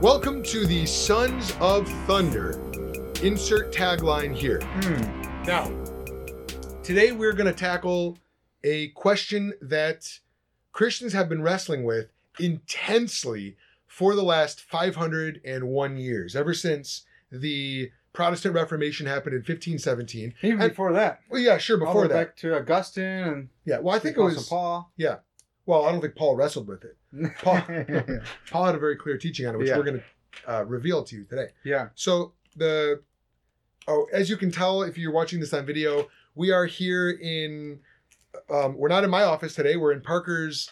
Welcome to the Sons of Thunder. Insert tagline here. Hmm. Now, Today we're going to tackle a question that Christians have been wrestling with intensely for the last 501 years, ever since the Protestant Reformation happened in 1517. even And- before that, Well, yeah, sure, all the way before that. back to Augustine and Yeah, well, I think it Apostle was. Paul. Well, I don't think Paul wrestled with it. Paul- Paul had a very clear teaching on it, which Yeah. we're going to uh, reveal to you today. yeah, So the oh, as you can tell if you're watching this on video, we are here in um, we're not in my office today. We're in Parker's.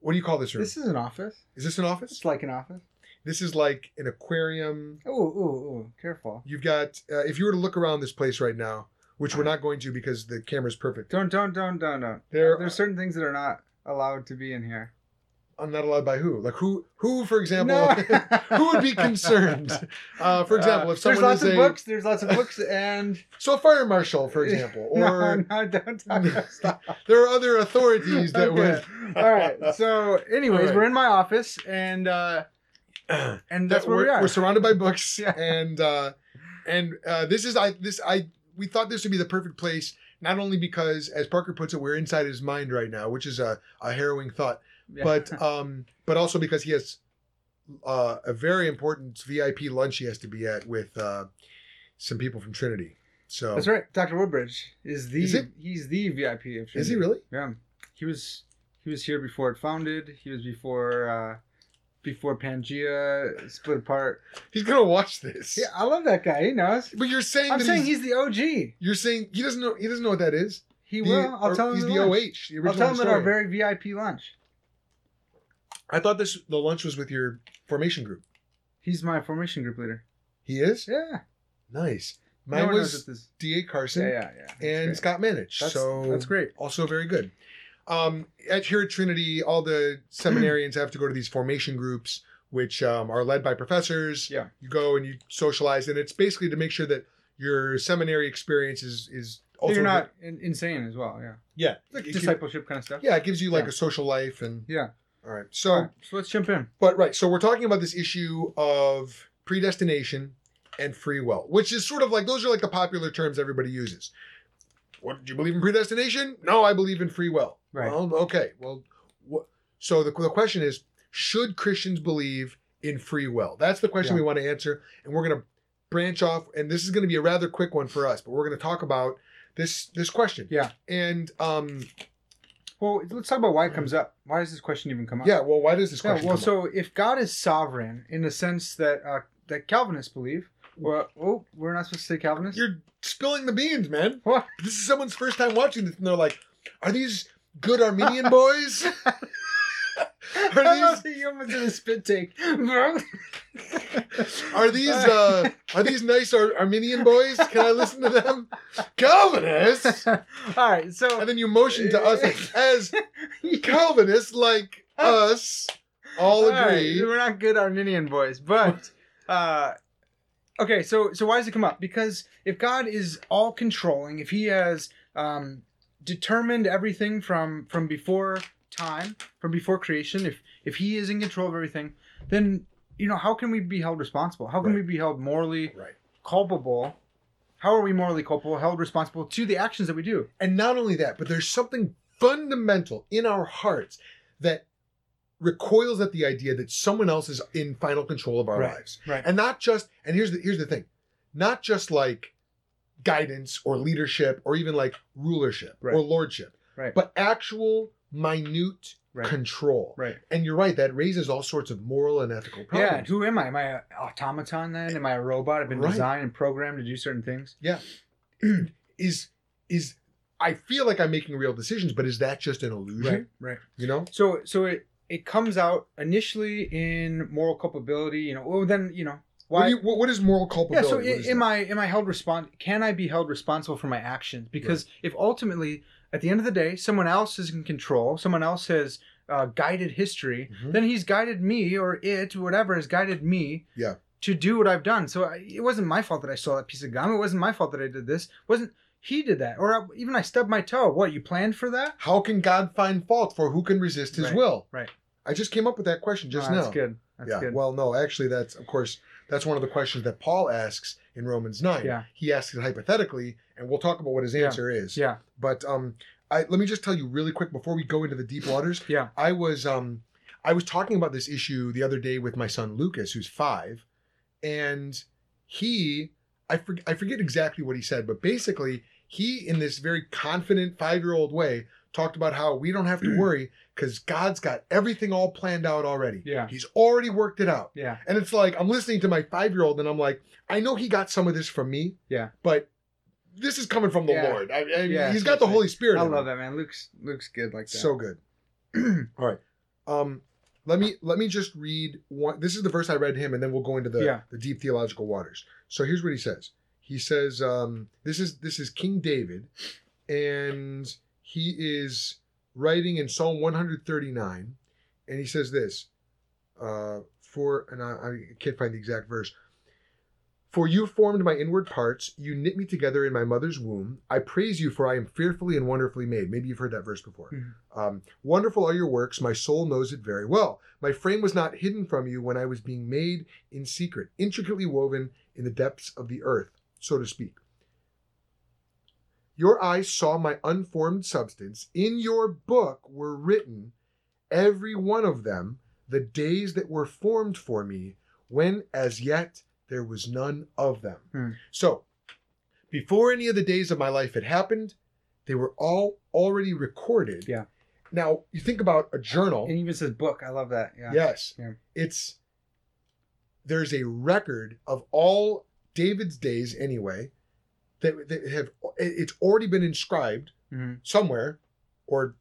What do you call this room? this is an office. is this an office? It's like an office. This is like an aquarium. Ooh, ooh, ooh! Careful! You've got uh, if you were to look around this place right now, which we're not going to because the camera's perfect. Don't, don't, don't, don't, don't. There- there's certain things that are not allowed to be in here. I'm not allowed by who? Like who? Who, for example? who would be concerned? Uh, for example, Uh, if someone there's lots is of a books, there's lots of books, and so a fire marshal, for example, or no, no, don't talk. about- Stop. there are other authorities that Okay. All right. So, anyways, All right. we're in my office, and uh, would. and that's that where we're, we are. we're surrounded by books Yeah. and uh and uh this is i this i we thought this would be the perfect place not only because as parker puts it we're inside his mind right now which is a, a harrowing thought Yeah. but um but also because he has uh a very important vip lunch he has to be at with uh some people from trinity so That's right. Dr. Woodbridge is the Is it? he's the VIP of Trinity. is he really Yeah. He was he was here before it founded. He was before uh before Pangea split apart. he's gonna watch this Yeah, I love that guy. He knows. but you're saying I'm that saying he's, he's the OG. He you're saying he doesn't know he doesn't know what that is The- will. I'll or tell him. he's at the lunch. oh the I'll original tell him at our historian. very VIP lunch. I thought this the lunch was with your formation group. He's my formation group leader. He is Yeah. nice. No Mine one knows was that this- D.A. Carson Yeah, yeah, yeah. That's and great. Scott Manich. That's- so that's great. Also very good. Um, at here at Trinity, all the seminarians have to go to these formation groups, which um, are led by professors. Yeah. You go and you socialize, and it's basically to make sure that your seminary experience is is also You're not in, insane as well. Yeah. yeah like it gives- Discipleship kind of stuff. yeah it gives you like Yeah. a social life and Yeah. all right All so right, so let's jump in. But right, so we're talking about this issue of predestination and free will, which is sort of like those are like the popular terms everybody uses. What do you believe in predestination? No, I believe in free will. Right. Well, okay. Well, wh- so the, the question is, should Christians believe in free will? That's the question Yeah. we want to answer, and we're going to branch off, and this is going to be a rather quick one for us, but we're going to talk about this this question. Yeah. And um, Well, let's talk about why it comes up. Why does this question even come up? yeah. Well, why does this Yeah, question? well, come up? so if God is sovereign in the sense that uh, that Calvinists believe, well, oh, we're not supposed to say Calvinists. You're spilling the beans, man. What? This is someone's first time watching this, and they're like, "Are these good Armenian boys?" I love that you almost did a spit take. Are Are these uh, are these nice Ar- Armenian boys? Can I listen to them? Calvinists, All right, and so then you motion to us as Calvinists, like us all All right, agree. we're not good Arminian boys, but uh, okay. So so why does it come up? Because if God is all controlling, if He has um, determined everything from from before time, from before creation, if if He is in control of everything, then you know how can we be held responsible? How can Right. we be held morally Right. culpable? How are we morally culpable? Held responsible to the actions that we do? And not only that, but there's something fundamental in our hearts that recoils at the idea that someone else is in final control of our Right, lives. right. And not just and here's the here's the thing. Not just like guidance or leadership or even like rulership Right. or lordship. Right. But actual minute Right. control. Right. And you're right, that raises all sorts of moral and ethical Yeah, and problems. who am I? Am I an automaton then? Am I a robot? I've been Right. designed and programmed to do certain things. is is I feel like I'm making real decisions, but is that just an illusion? right. You know? So so it it comes out initially in moral culpability. You know, well then you know What, why. do you- what- what is moral yeah. culpability? So What is i- that? am I am I held respons? Can I be held responsible for my actions? Because if ultimately at the end of the day someone else is in control, someone else has uh, guided history, Mhm. then he's guided me or it whatever has guided me. Yeah. To do what I've done. So I, it wasn't my fault that I stole that piece of gum. It wasn't my fault that I did this. It wasn't he did that or I, even I stubbed my toe. What you planned for that? How can God find fault for who can resist his Right, will? right. I just came up with that question just Oh, now. That's good. That's yeah. good. Well, no, actually, that's of course that's one of the questions that Paul asks in Romans nine. Yeah. He asks it hypothetically, and we'll talk about what his Yeah. answer is. yeah. But um, I, let me just tell you really quick before we go into the deep waters. Yeah. I was um, I was talking about this issue the other day with my son Lucas, who's five, and he, I for, I forget exactly what he said, but basically he, in this very confident five year old way, talked about how we don't have to worry because God's got everything all planned out already. Yeah. He's already worked it out. Yeah. And it's like I'm listening to my five year old, and I'm like, I know he got some of this from me. Yeah. But this is coming from the Yeah. Lord. I, I, Yeah, he's got the seriously. Holy Spirit. I in him. love that man. Luke's Luke's good like that. So good. All right. Um, let me let me just read one. This is the verse I read him, and then we'll go into the Yeah. the deep theological waters. So here's what he says. He says, um, "This is this is King David, and he is writing in Psalm 139, and he says this." uh, for and I, I can't find the exact verse. For you formed my inward parts, you knit me together in my mother's womb. I praise you, for I am fearfully and wonderfully made. Maybe you've heard that verse before. Mhm. Um, Wonderful are your works, my soul knows it very well. My frame was not hidden from you when I was being made in secret, intricately woven in the depths of the earth, so to speak. Your eyes saw my unformed substance. In your book were written, every one of them, the days that were formed for me, when as yet there was none of them. Hmm. So, before any of the days of my life had happened, they were all already recorded. Yeah. Now, you think about a journal. And even says book. I love that. Yeah. Yes. Yeah. It's there's a record of all David's days anyway that, that have it's already been inscribed Mhm. somewhere or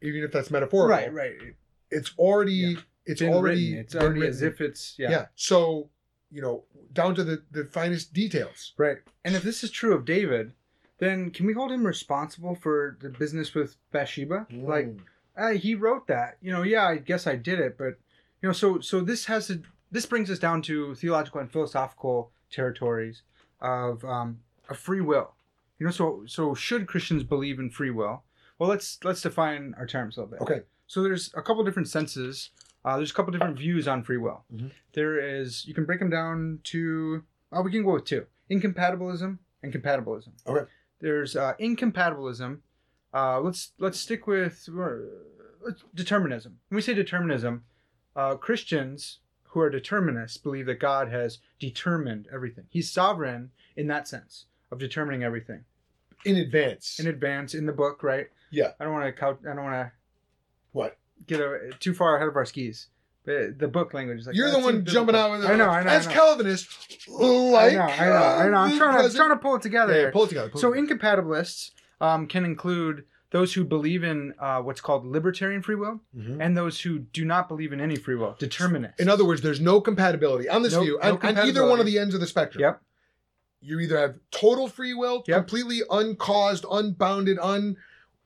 even if that's metaphorical Right. Right. it's already Yeah. it's Been already written. It's been already as written. if it's yeah. yeah. so you know down to the the finest details Right. And if this is true of David, then can we hold him responsible for the business with Bathsheba? Like uh, he wrote that. You know, yeah, I guess I did it, but you know, so so this has to this brings us down to theological and philosophical territories of um, of free will. You know, so so should Christians believe in free will? Well, let's let's define our terms a little bit. okay So there's a couple different senses. Uh, there's a couple different views on free will. Mhm. There is you can break them down to oh we can go with two incompatibilism and compatibilism. Okay. There's uh, incompatibilism. Uh, let's let's stick with uh, determinism. When we say determinism, uh, Christians who are determinists believe that God has determined everything. He's sovereign in that sense of determining everything in advance in advance in the book, right? Yeah. I don't want to count. I don't want to what get a, too far ahead of our skis. The, the book language is like you're the "That's one jumping out with I know, I know, as I know. calvinist like I know, I know, I know. I'm uh, trying to, I'm present- trying to pull it together. Yeah, here. yeah, pull it together. pull it so together. incompatibilists um, can include those who believe in uh, what's called libertarian free will Mhm. and those who do not believe in any free will, determinists. in other words, there's no compatibility on this No- view no on, on either one of compatibility. the ends of the spectrum. yep, You either have total free will, Yep. completely uncaused, unbounded, un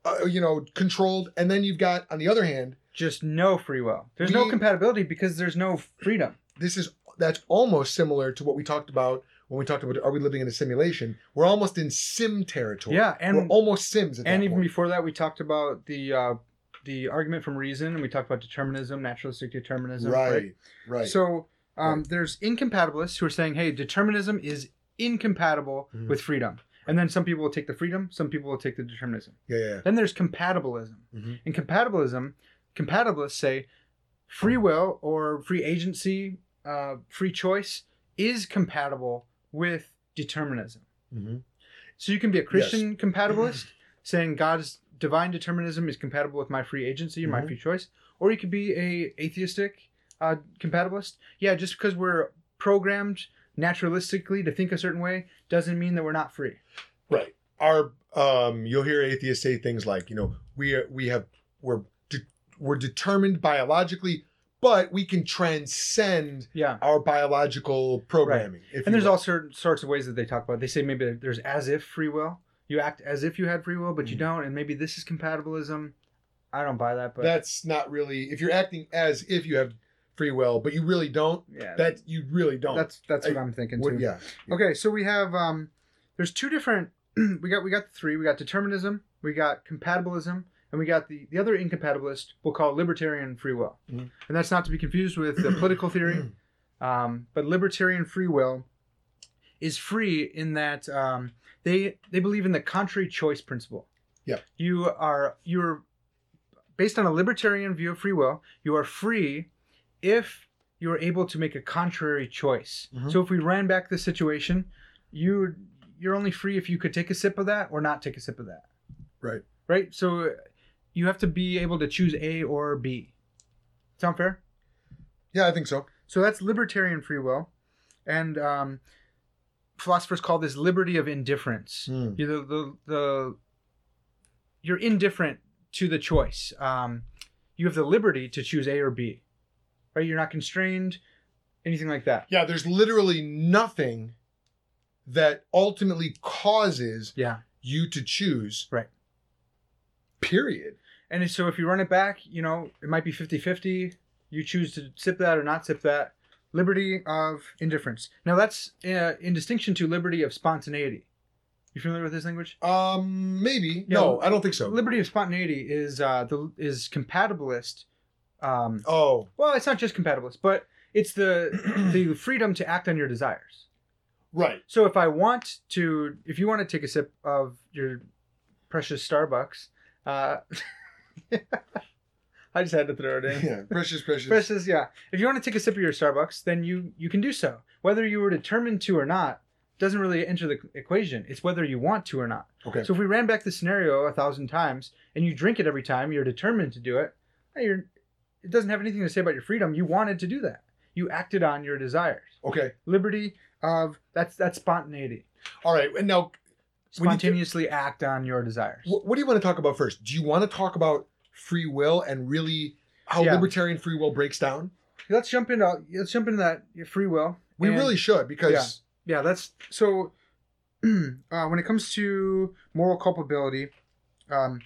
uh, you know controlled, and then you've got on the other hand, just no free will. There's We- no compatibility because there's no freedom. this is that's almost similar to what we talked about when we talked about are we living in a simulation? We're almost in sim territory. Yeah, and we're almost sims at and that even point. before that, we talked about the uh, the argument from reason, and we talked about determinism, naturalistic determinism, right, right. So um, Right. there's incompatibilists who are saying, hey, determinism is incompatible Mhm. with freedom. And then some people will take the freedom, some people will take the determinism. yeah, yeah, yeah. Then there's compatibilism. Mhm. In compatibilism, compatibilists say free will or free agency, uh, free choice is compatible with determinism. Mhm. So you can be a Christian compatibilist, saying God's divine determinism is compatible with my free agency and my Mhm. free choice, or you could be a atheistic uh, compatibilist. Yeah, just because we're programmed naturalistically to think a certain way doesn't mean that we're not free. Right. Our um, you'll hear atheists say things like, you know, we are, we have we're de- we're determined biologically, but we can transcend Yeah. our biological programming. If And you there's will. all certain sorts of ways that they talk about. it. They say maybe there's as if free will. You act as if you had free will, but you Mhm. don't, and maybe this is compatibilism. I don't buy that, but that's not really if you're acting as if you have free will, but you really don't. yeah, That you really don't. that's that's what I- I'm thinking What- too. yeah. Okay, so we have um, there's two different. we got we got three. We got determinism. We got compatibilism, and and we got the the other incompatibilist we'll call libertarian free will, Mhm. and that's not to be confused with the political theory, um, but libertarian free will is free in that um, they they believe in the contrary choice principle. Yep. you are you're based on a libertarian view of free will. You are free if you are able to make a contrary choice. Mhm. So if we ran back the situation, you you're only free if you could take a sip of that or not take a sip of that. Right. Right. So you have to be able to choose A or B. Sound fair? Yeah, I think so. So that's libertarian free will, and um, philosophers call this liberty of indifference. Hmm. You're the, the, the you're indifferent to the choice. Um, you have the liberty to choose A or B, right? You're not constrained, anything like that. Yeah, there's literally nothing that ultimately causes Yeah. you to choose. Right. Period. And so if you run it back, you know, it might be 50 50. You choose to sip that or not sip that. Liberty of indifference. Now that's uh, in distinction to liberty of spontaneity. You familiar with this language? Um, maybe. Yeah, no, I don't think so. Liberty of spontaneity is uh, the is compatibilist. Um, oh, well, it's not just compatibilist, but it's the the freedom to act on your desires. right. So if I want to, if you want to take a sip of your precious Starbucks, uh, I just had to throw it in. Yeah, Eh, precious, precious. Versus, yeah, if you want to take a sip of your Starbucks, then you you can do so. Whether you were determined to or not doesn't really enter the equation. It's whether you want to or not. Okay. So if we ran back the scenario a thousand times and you drink it every time, you're determined to do it. hey, You're, it doesn't have anything to say about your freedom. You wanted to do that. You acted on your desires. Okay. Liberty of that's that's spontaneity. All right. And now, When you get- Spontaneously act on your desires. wh- what do you want to talk about first? Do you want to talk about free will and really how Yeah. libertarian free will breaks down? Let's jump into let's jump into that your free will. We And- really should because yeah that's so uh, when it comes to moral culpability um,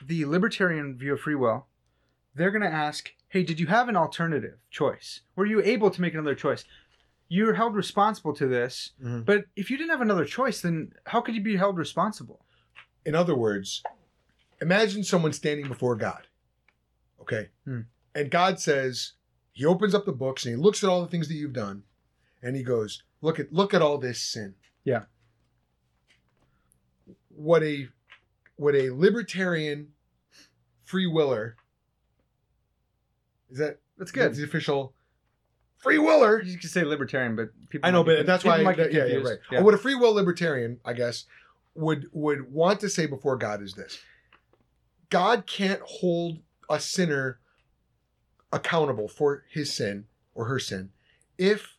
the libertarian view of free will they're going to ask hey did you have an alternative choice were you able to make another choice you're held responsible to this Mhm. but if you didn't have another choice then how could you be held responsible in other words, imagine someone standing before God. Okay. Hmm. And God says, He opens up the books and he looks at all the things that you've done and he goes, Look at look at all this sin. Yeah. What a what a libertarian free willer is that that's that's good the official free willer. you can say libertarian but people I know, might be- but that's people why. might that- yeah, get yeah, confused. right. What a free will libertarian, I guess, would would want to say before God is this: God can't hold a sinner accountable for his sin or her sin if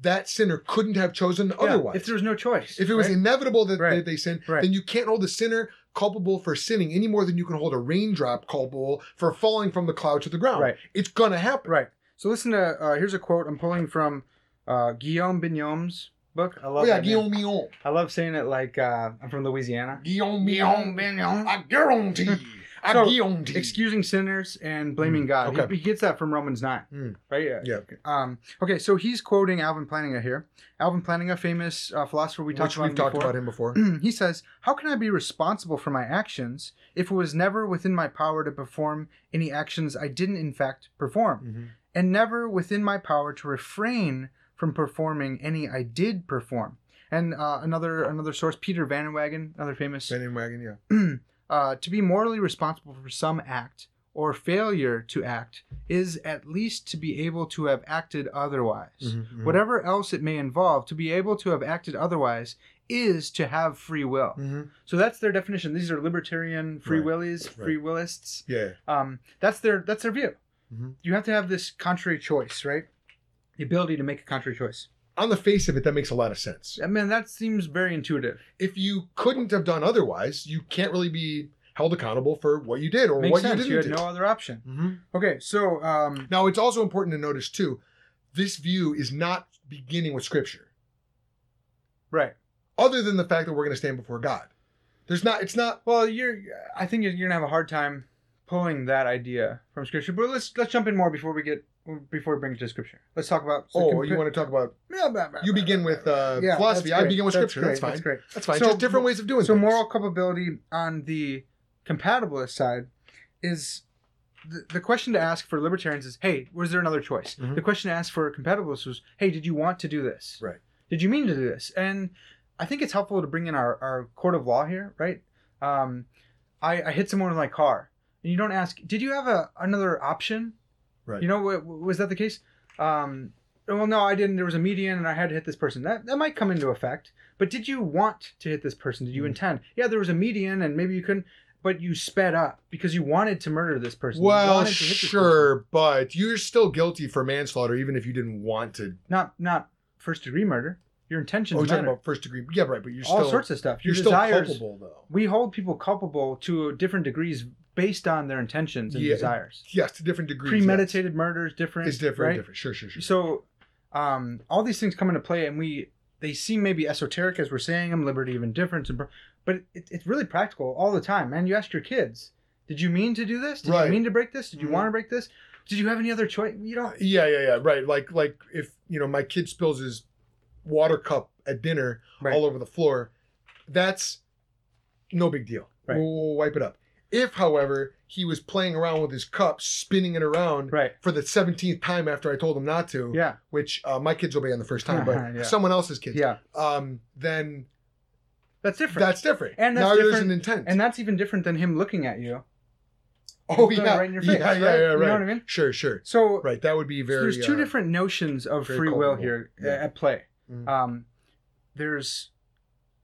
that sinner couldn't have chosen Yeah, otherwise. if there was no choice If it was right? inevitable that, Right. that they sin, Right. then you can't hold a sinner culpable for sinning any more than you can hold a raindrop culpable for falling from the cloud to the ground. Right. It's gonna happen. Right. So listen to uh, here's a quote I'm pulling from uh, Guillaume Bignon's book. I love Oh yeah, that name. Guillaume Millon. I love saying it like uh, I'm from Louisiana. Guillaume Millon. Bignon. I guarantee. I Hmm. So, guarantee. Excusing sinners and blaming God. He- okay. He, gets that from Romans nine, Mm. right? Yeah. Yeah. Um, okay, so he's quoting Alvin Plantinga here. Alvin Plantinga, famous uh, philosopher we talked Which about we've him talked before. Hmm. about him before. he says, "How can I be responsible for my actions if it was never within my power to perform any actions I didn't in fact perform?" Mm-hmm. and never within my power to refrain from performing any I did perform. And uh, another another source, Peter Van Wagen, another famous, Van and Wagon, yeah. uh, to be morally responsible for some act or failure to act is at least to be able to have acted otherwise. Mm-hmm. Whatever else it may involve, to be able to have acted otherwise is to have free will. Mhm. So that's their definition. These are libertarian free Right. willies, free willists Yeah. um, that's their that's their view. Mhm. You have to have this contrary choice, right? The ability to make a contrary choice. On the face of it, that makes a lot of sense. I mean, that seems very intuitive. If you couldn't have done otherwise, you can't really be held accountable for what you did or Makes what sense. you You, didn't do. had no Mm-hmm. other option. Mhm. Okay, so um, Now, it's also important to notice, too, this view is not beginning with Scripture, right. other than the fact that we're going to stand before God. There's not, it's not, Well, you're. I think you're you're gonna have a hard time pulling that idea from scripture. But let's let's jump in more before we get before we bring it to scripture. Let's talk about. oh, you want to talk about, to? you begin with uh, Yeah, philosophy, that's I great. begin with That's Scripture. That's, great. fine. That's great. That's fine. So- Just different ways of doing So things. moral culpability on the compatibilist side is the, the question to ask for libertarians is, hey, was there another choice? Mhm. The question to ask for compatibilists was, hey, did you want to do this? Right. Did you mean to do this? And I think it's helpful to bring in our, our court of law here, right? Um, I, I hit someone with my car, and you don't ask, did you have a, another option? Right. You know, w- w- was that the case? Um, well, no, I didn't. There was a median, and I had to hit this person. That that might come into effect. But did you want to hit this person? Did you Mhm. intend? Yeah, there was a median, and maybe you couldn't. But you sped up because you wanted to murder this person. You Well, wanted to hit this person. sure, but you're still guilty for manslaughter, even if you didn't want to. Not not first degree murder. Oh, Your intentions you're talking matter. about first degree. Yeah, right. But you're All still sorts of stuff. you're Your still desires. culpable though. We hold people culpable to different degrees based on their intentions and Yeah, desires. Yes, to different degrees. Premeditated murder is yes. different. is different. right? Different. Sure, sure, sure. So, um, all these things come into play, and we they seem maybe esoteric as we're saying them, liberty of indifference, and, pr- but it, it's really practical all the time. Man, you ask your kids, did you mean to do this? Did Right. you mean to break this? Did you Mhm. want to break this? Did you have any other choice? You don't. Uh, yeah, yeah, yeah. Right. Like, like if you know my kid spills his water cup at dinner Right. all over the floor, that's no big deal. Right. We'll, we'll wipe it up. If, however, he was playing around with his cup, spinning it around Right. for the seventeenth time after I told him not to, Yeah. which uh, my kids obey on the first time, but Uh-huh, Yeah. someone else's kids, Yeah. um, then That's different. that's different. And that's now there's different- an intent. and that's even different than him looking at you. oh He's doing it yeah, Right in your yeah, face. yeah, right? yeah, You right. know what I mean? Sure, sure. So Right, that would be very. there's two uh, different notions of very free will culpable. here uh, Yeah. at play. Mhm. Um, there's,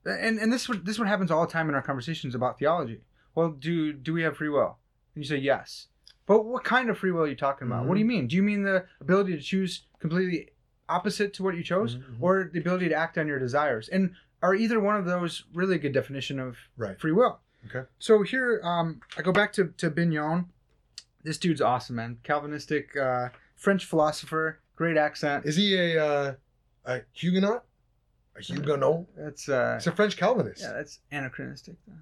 and and this one this one happens all the time in our conversations about theology. Well, do do we have free will? And you say yes, but what kind of free will are you talking about? What do you Mm-hmm. mean? Do you mean the ability to choose completely opposite to what you chose, Mhm, mhm. or the ability to act on your desires? And are either one of those really a good definition of Right. free will? Okay. So here, um, I go back to to Bignon. This dude's awesome, man. Calvinistic uh, French philosopher, great accent. Is he a uh, a Huguenot? A Huguenot? That's uh, It's a French Calvinist. yeah, that's anachronistic. though.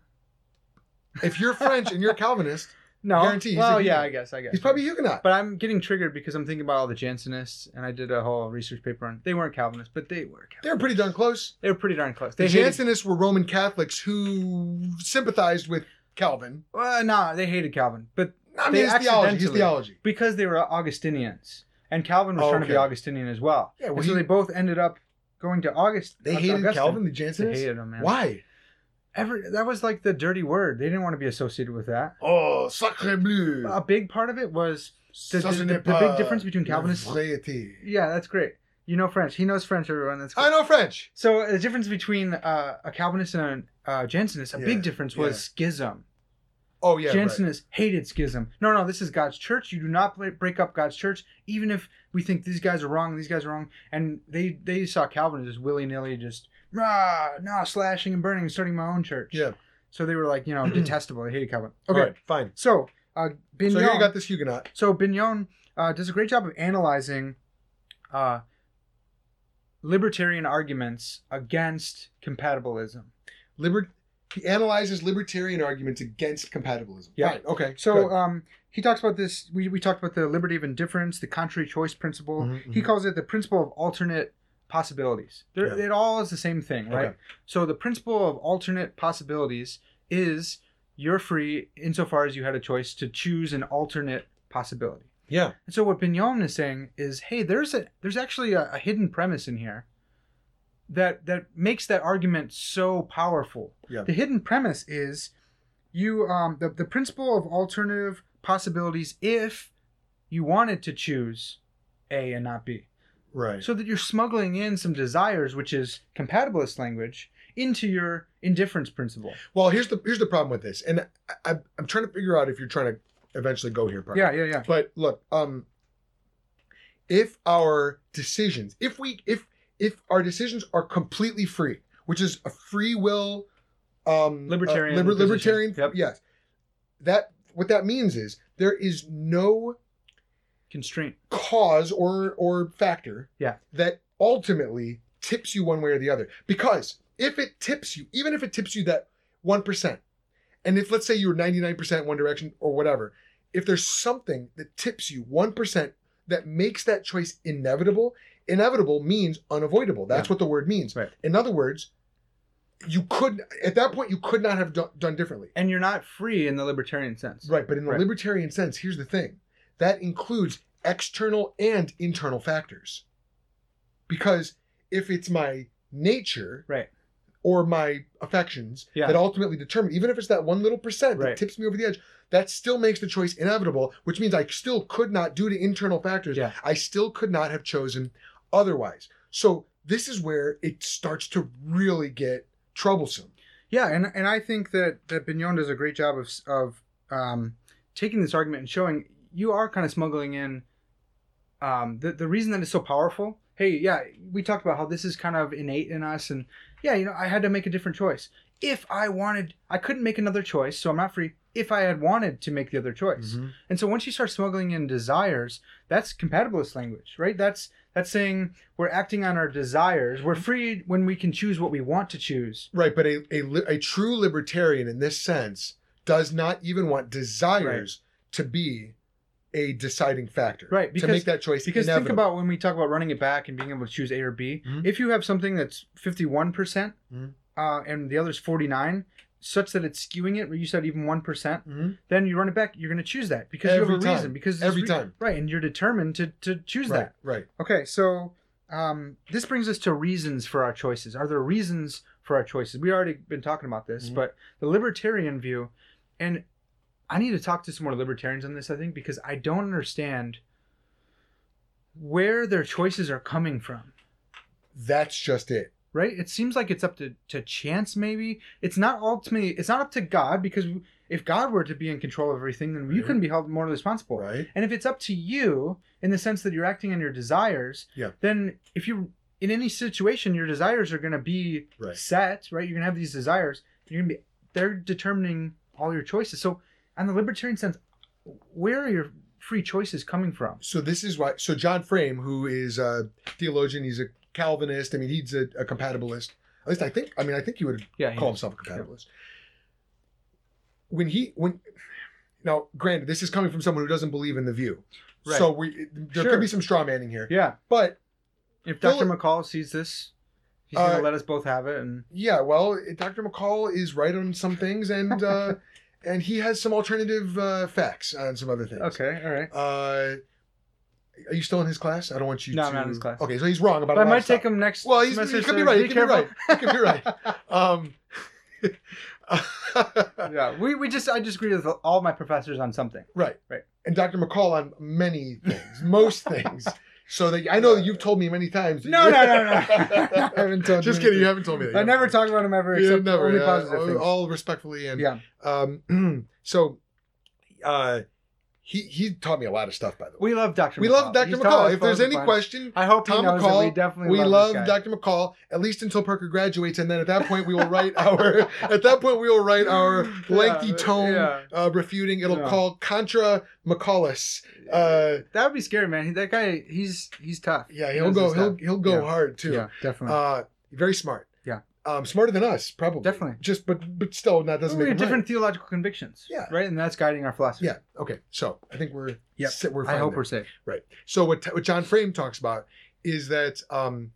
If you're French and you're Calvinist, No, Guarantee he's a Well, Huguenot. yeah, I guess, I guess. he's probably a Huguenot. But I'm getting triggered because I'm thinking about all the Jansenists, and I did a whole research paper on. They weren't Calvinists, but they were. Calvinists. They were pretty darn close. They were pretty darn close. They The hated- Jansenists were Roman Catholics who sympathized with Calvin. Well, no, they hated Calvin, but I mean, They his theology. His accidentally- theology. because they were Augustinians, and Calvin was Oh, trying to be okay. Augustinian as well. Yeah, well, and so he- they both ended up going to August. They to hated Augustine. Calvin, the They Jansenists. hated him, man. Why? Every, that was like the dirty word. They didn't want to be associated with that. Oh, sacre bleu! A big part of it was, Uh, the- Ça, ce the- n'est the big pas difference between la Calvinists- vraie été. yeah, that's great. You know French. He knows French, everyone. That's great. I know French. So the difference between uh, a Calvinist and a uh, Jansenist, a Yeah, big difference was yeah. schism. Oh yeah, right. Jansenists hated schism. No, no, this is God's church. You do not bla- break up God's church, even if we think these guys are wrong, these guys are wrong. And they they saw Calvin just willy nilly, just rah, nah, slashing and burning, starting my own church. Yeah. So they were like, you know, detestable. They hated Calvin. All Okay. right, fine. So uh, Bignon, So here you got this Huguenot. so Bignon uh, does a great job of analyzing uh, libertarian arguments against compatibilism. Liber- he analyzes libertarian arguments against compatibilism. Yeah. Fine. Okay. So good. um, he talks about this. We, we talked about the liberty of indifference, the contrary choice principle. Mhm, He mhm. calls it the principle of alternate possibilities. They're, Yeah. It all is the same thing, right? Okay. So the principle of alternate possibilities is you're free insofar as you had a choice to choose an alternate possibility. yeah. And so what Bignon is saying is, hey, there's a there's actually a, a hidden premise in here that that makes that argument so powerful. Yeah. The hidden premise is you um the, the principle of alternative possibilities if you wanted to choose A and not B. Right. So that you're smuggling in some desires, which is compatibilist language, into your indifference principle. Well, here's the here's the problem with this, and I, I, I'm trying to figure out if you're trying to eventually go here. Brian. Yeah, yeah, yeah. But look, um, if our decisions, if we, if if our decisions are completely free, which is a free will, um, Libertarian uh, liber- position. libertarian, Yep. yes, that what that means is there is no Constraint. cause or or factor Yeah. that ultimately tips you one way or the other because if it tips you even if it tips you that 1% and if let's say you're 99% one direction or whatever if there's something that tips you 1% that makes that choice inevitable inevitable means unavoidable that's what the word means Right. in other words you could at that point you could not have done, done differently. And you're not free in the libertarian sense. Right, but in the Right. libertarian sense, here's the thing. That includes external and internal factors. Because if it's my nature Right. or my affections Yeah. that ultimately determine, even if it's that one little percent Right. that tips me over the edge, that still makes the choice inevitable, which means I still could not, due to internal factors, Yeah. I still could not have chosen otherwise. So this is where it starts to really get troublesome. Yeah, and and I think that that Bignon does a great job of s- of um, taking this argument and showing you are kind of smuggling in um, the the reason that it's so powerful. Hey, yeah, we talked about how this is kind of innate in us, and yeah, you know, I had to make a different choice. If I wanted, I couldn't make another choice, so I'm not free. If I had wanted to make the other choice, Mm-hmm. and so once you start smuggling in desires, that's compatibilist language, right? That's that's saying we're acting on our desires. We're free when we can choose what we want to choose. Right, but a, a, li- a true libertarian in this sense does not even want desires to be a deciding factor. Right, to because- make that choice Because inevitable. think about when we talk about running it back and being able to choose A or B. Mhm. If you have something that's fifty-one percent, Mhm. uh, and the other's forty-nine, such that it's skewing it. Where you said even one percent, Mhm. then you run it back. You're going to choose that because you Every have a time. reason. Because there's every re- time. right? And you're determined to to choose Right, that. right. Okay, so um, this brings us to reasons for our choices. Are there reasons for our choices? We already been talking about this, Mhm. but the libertarian view, and I need to talk to some more libertarians on this, I think, because I don't understand where their choices are coming from. That's just it. Right? It seems like it's up to, to chance, maybe. It's not ultimately, it's not up to God, because if God were to be in control of everything, then you Right. couldn't be held morally responsible. Right? And if it's up to you in the sense that you're acting on your desires, Yeah. then if you in any situation your desires are going to be Right. set, right? You're going to have these desires. You're going to be they're determining all your choices. So, on the libertarian sense, where are your free choices coming from? So this is why so John Frame, who is a theologian, he's a Calvinist, I mean he's a, a compatibilist. At least I think I mean I think he would Yeah. call himself a compatibilist. When he when now, granted, this is coming from someone who doesn't believe in the view, Right. so we there Sure. could be some straw manning here. yeah. But If Philip- Dr. McCall sees this, he's going to Uh, let us both have it and Yeah, well, it- Dr. McCall is right on some things, and uh, and he has some alternative uh, facts on some other things. Okay, all right. Uh, are you still in his class? I don't want you No, to. I'm not in his class. Okay, so he's wrong about. a But I lot might of stuff. take him next Well, he's, semester. he could so be right. He be could be right. careful. He could be right. Um, yeah, we, we just I disagree with all my professors on something. right. Right. And Dr. McCall on many things, most things. So that I know that you've told me many times. that No, you- no, no, no. I haven't told Just you kidding. You anything. haven't told me that. You I haven't never told me. talk about him ever, Yeah, except never, only yeah, Oh, positive all, things. all respectfully and Yeah. Um, so uh, he he taught me a lot of stuff. By the way, we love Dr. we, love McCall. Dr. He's taught McCall. us If there's both a any bunch. question, I hope he Tom knows that we McCall, definitely we love, love this guy. Dr. McCall at least until Parker graduates, and then at that point we will write our at that point we will write our lengthy Yeah, tome yeah. uh, refuting. It'll Yeah. call Contra McCallus. Uh, That would be scary, man. He- That guy, he's he's tough. yeah, He he'll knows go his he'll stuff. he'll go Yeah. hard too. Yeah, definitely. Uh, very smart. Yeah. Um, smarter than us, probably. Definitely. Just, but, but still, that doesn't we make him have right. different theological convictions. Yeah. Right? And that's guiding our philosophy. Yeah. Okay. So I think we're Yep. si- we're fine I hope there. we're safe. right. So what what John Frame talks about is that um,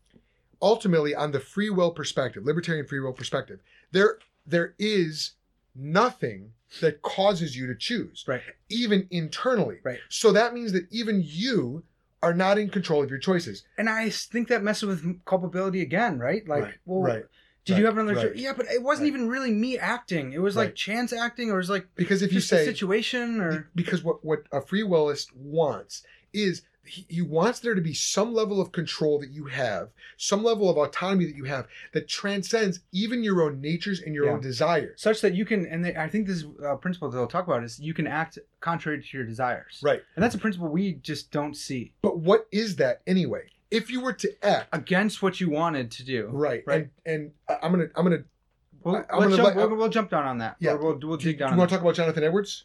ultimately on the free will perspective, libertarian free will perspective, there there is nothing that causes you to choose, Right. even internally. Right. So that means that even you are not in control of your choices. And I think that messes with culpability again, right? Like, right. well, right. did Right. you have another? Right. Yeah, but it wasn't Right. even really me acting. It was like Right. chance acting, or it was like Because if you just the say situation, or because what what a free willist wants is he, he wants there to be some level of control that you have some level of autonomy that you have that transcends even your own natures and your Yeah. own desires such that you can and they, i think this is a principle that they'll talk about is you can act contrary to your desires Right. and that's a principle we just don't see but what is that anyway if you were to act against what you wanted to do right Right. and, and I- i'm gonna i'm gonna we'll, I- I'm let's gonna jump, let- we'll, we'll jump down on that Yeah. Or we'll, we'll do, dig do down you on want to that. talk about jonathan edwards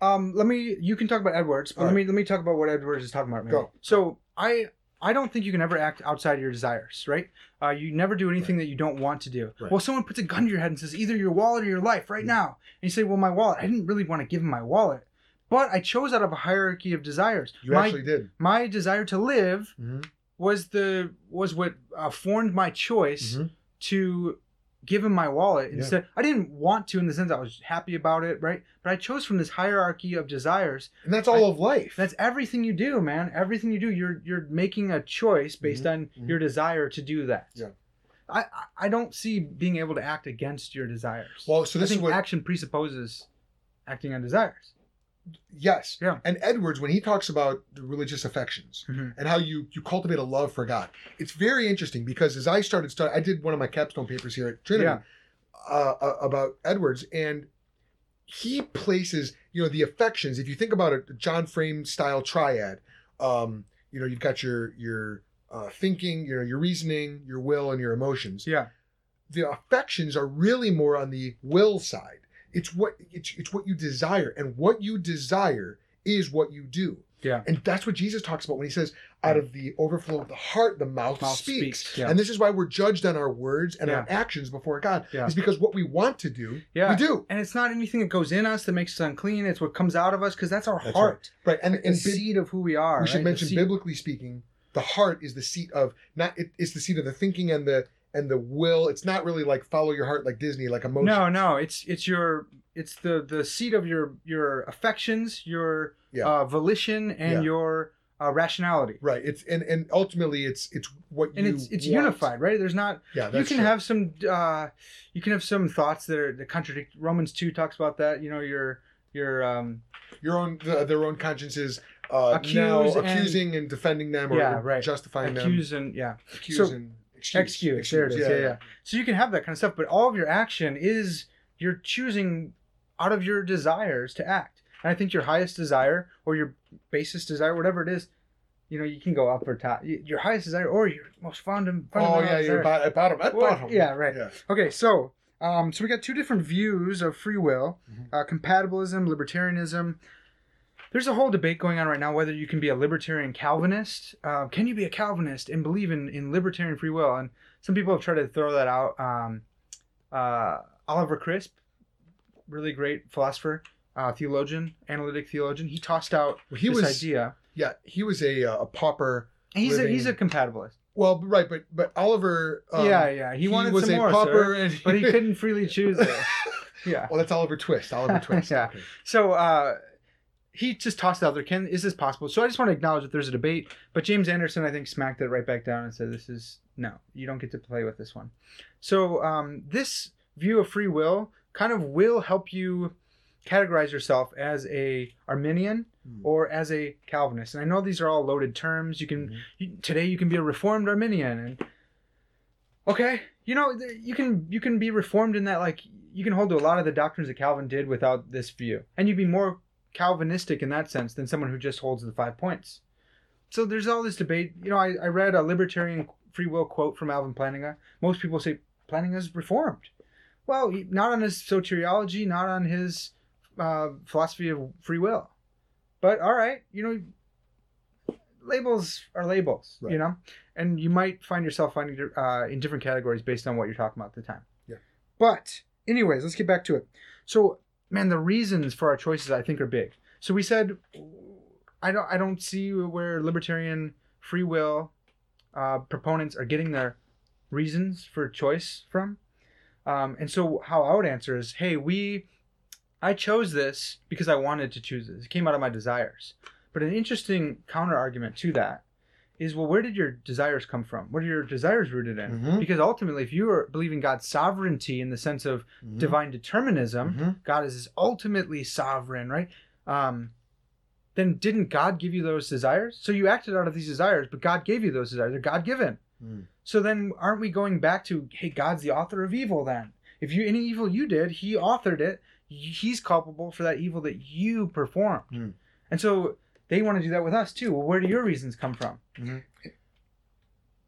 um let me you can talk about edwards but All let me let me talk about what edwards is talking about maybe. Go. so i i don't think you can ever act outside your desires right uh, you never do anything that you don't want to do Right. well someone puts a gun to your head and says either your wallet or your life right Mhm. now and you say well my wallet i didn't really want to give him my wallet but i chose out of a hierarchy of desires you my actually did my desire to Mm-hmm. Mm-hmm. live was the was what uh, formed my choice Mhm. to give him my wallet Yeah. instead. I didn't want to in the sense I was happy about it, right? But I chose from this hierarchy of desires. And that's all of life. That's everything you do, man. Everything you do, you're you're making a choice based on mhm. your desire to do that. Yeah. I I- I don't see being able to act against your desires. well, so I this is think what action presupposes acting on desires. yes. Yeah. And Edwards when he talks about the religious affections Mhm. and how you you cultivate a love for God. It's very interesting because as I started studying, I did one of my capstone papers here at Trinity uh, uh, about Edwards and he places, you know, the affections. If you think about a John Frame style triad, um, you know, you've got your your uh, thinking, you know, your reasoning, your will, and your emotions. Yeah. the affections are really more on the will side. It's what it's, it's what you desire, and what you desire is what you do. Yeah. and that's what Jesus talks about when he says, "Out of the overflow of the heart, the mouth, Mouth speaks." speaks, yeah. And this is why we're judged on our words and our actions before God. Yeah. Is because what we want to do, Yeah. we do. And it's not anything that goes in us that makes us unclean. It's what comes out of us because that's our That's heart. Right, and the and bi- seed of who we are. we should right? The mention seed- biblically speaking, the heart is the seat of not it, it's the seat of the thinking and the and the will. It's not really like follow your heart like Disney, like emotion. No, no, it's it's your it's the the seat of your your affections, your Yeah. uh, volition, and Yeah. your uh, rationality. Right. It's and and ultimately it's it's what And you it's it's want. unified, right? There's not Yeah, you that's can true. have some uh, you can have some thoughts that are that contradict. Romans two talks about that. You know your your um your own the, their own consciences uh, Accuse now and- accusing and, defending them or Yeah, right. justifying accuse and yeah. them. Accuse So- and excuse. Excuse. There it is. yeah, yeah. So you can have that kind of stuff, but all of your action is you're choosing out of your desires to act. And I think your highest desire or your basest desire, whatever it is, you know, you can go up or top. y- Your highest desire or your most fond and Oh fundamental yeah, you're desire. about, at bottom. At Well, bottom. yeah, right. Yeah. Okay, so um, so we got two different views of free will: Mhm. uh, compatibilism, libertarianism. There's a whole debate going on right now whether you can be a libertarian Calvinist. Uh, can you be a Calvinist and believe in in libertarian free will? And some people have tried to throw that out. Um, uh, Oliver Crisp, really great philosopher, uh, theologian, analytic theologian, he tossed out Well, he this was idea. yeah he was a uh, a pauper. And he's a, he's a living- compatibilist. Well, right, but but Oliver. Um, yeah, yeah. He, wanted was some a more, pauper, sir, and but he couldn't freely choose it. Yeah. well, that's Oliver Twist. Oliver Twist. Yeah. Okay. So uh, he just tossed out there. Can is this possible? So I just want to acknowledge that there's a debate, but James Anderson I think smacked it right back down and said, "This is no, you don't get to play with this one." So um, this view of free will kind of will help you categorize yourself as a Arminian Hmm. or as a Calvinist. And I know these are all loaded terms. You can you, today you can be a reformed Arminian and okay you know th- you can you can be reformed in that like you can hold to a lot of the doctrines that Calvin did without this view and you'd be more Calvinistic in that sense than someone who just holds the five points so there's all this debate you know I, I read a libertarian free will quote from Alvin Plantinga most people say Plantinga's reformed well he- not on his soteriology not on his uh, philosophy of free will but all right you know labels are labels, Right. you know, and you might find yourself finding uh, in different categories based on what you're talking about at the time. Yeah. But anyways, let's get back to it. So, man, the reasons for our choices I think are big. So we said, I don't, I don't see where libertarian free will uh, proponents are getting their reasons for choice from. Um, and so how I would answer is, hey, we, I chose this because I wanted to choose this. It came out of my desires. But an interesting counter argument to that is well, where did your desires come from? What are your desires rooted in? Mhm. Because ultimately, if you are believing God's sovereignty in the sense of Mhm. divine determinism, Mhm. God is ultimately sovereign, right? Um, then didn't God give you those desires? So you acted out of these desires, but God gave you those desires. They're God given. Mm. So then aren't we going back to, hey, God's the author of evil then? If you any evil you did, he authored it. He's culpable for that evil that you performed. Hmm. And so they want to do that with us too. Well, where do your reasons come from? Mhm.